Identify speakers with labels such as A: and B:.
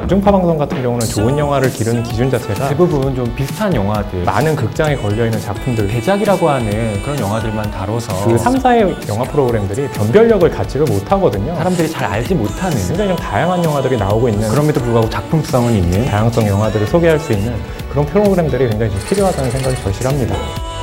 A: 공중파 방송 같은 경우는 좋은 영화를 기르는 기준 자체가
B: 대부분 좀 비슷한 영화들
A: 많은 극장에 걸려있는 작품들
B: 대작이라고 하는 그런 영화들만 다뤄서
A: 그 3, 4의 영화 프로그램들이 변별력을 갖지를 못하거든요.
B: 사람들이 잘 알지 못하는
A: 굉장히 좀 다양한 영화들이 나오고 있는
B: 그럼에도 불구하고 작품성은 있는
A: 다양성 영화들을 소개할 수 있는 그런 프로그램들이 굉장히 좀 필요하다는 생각이 절실합니다.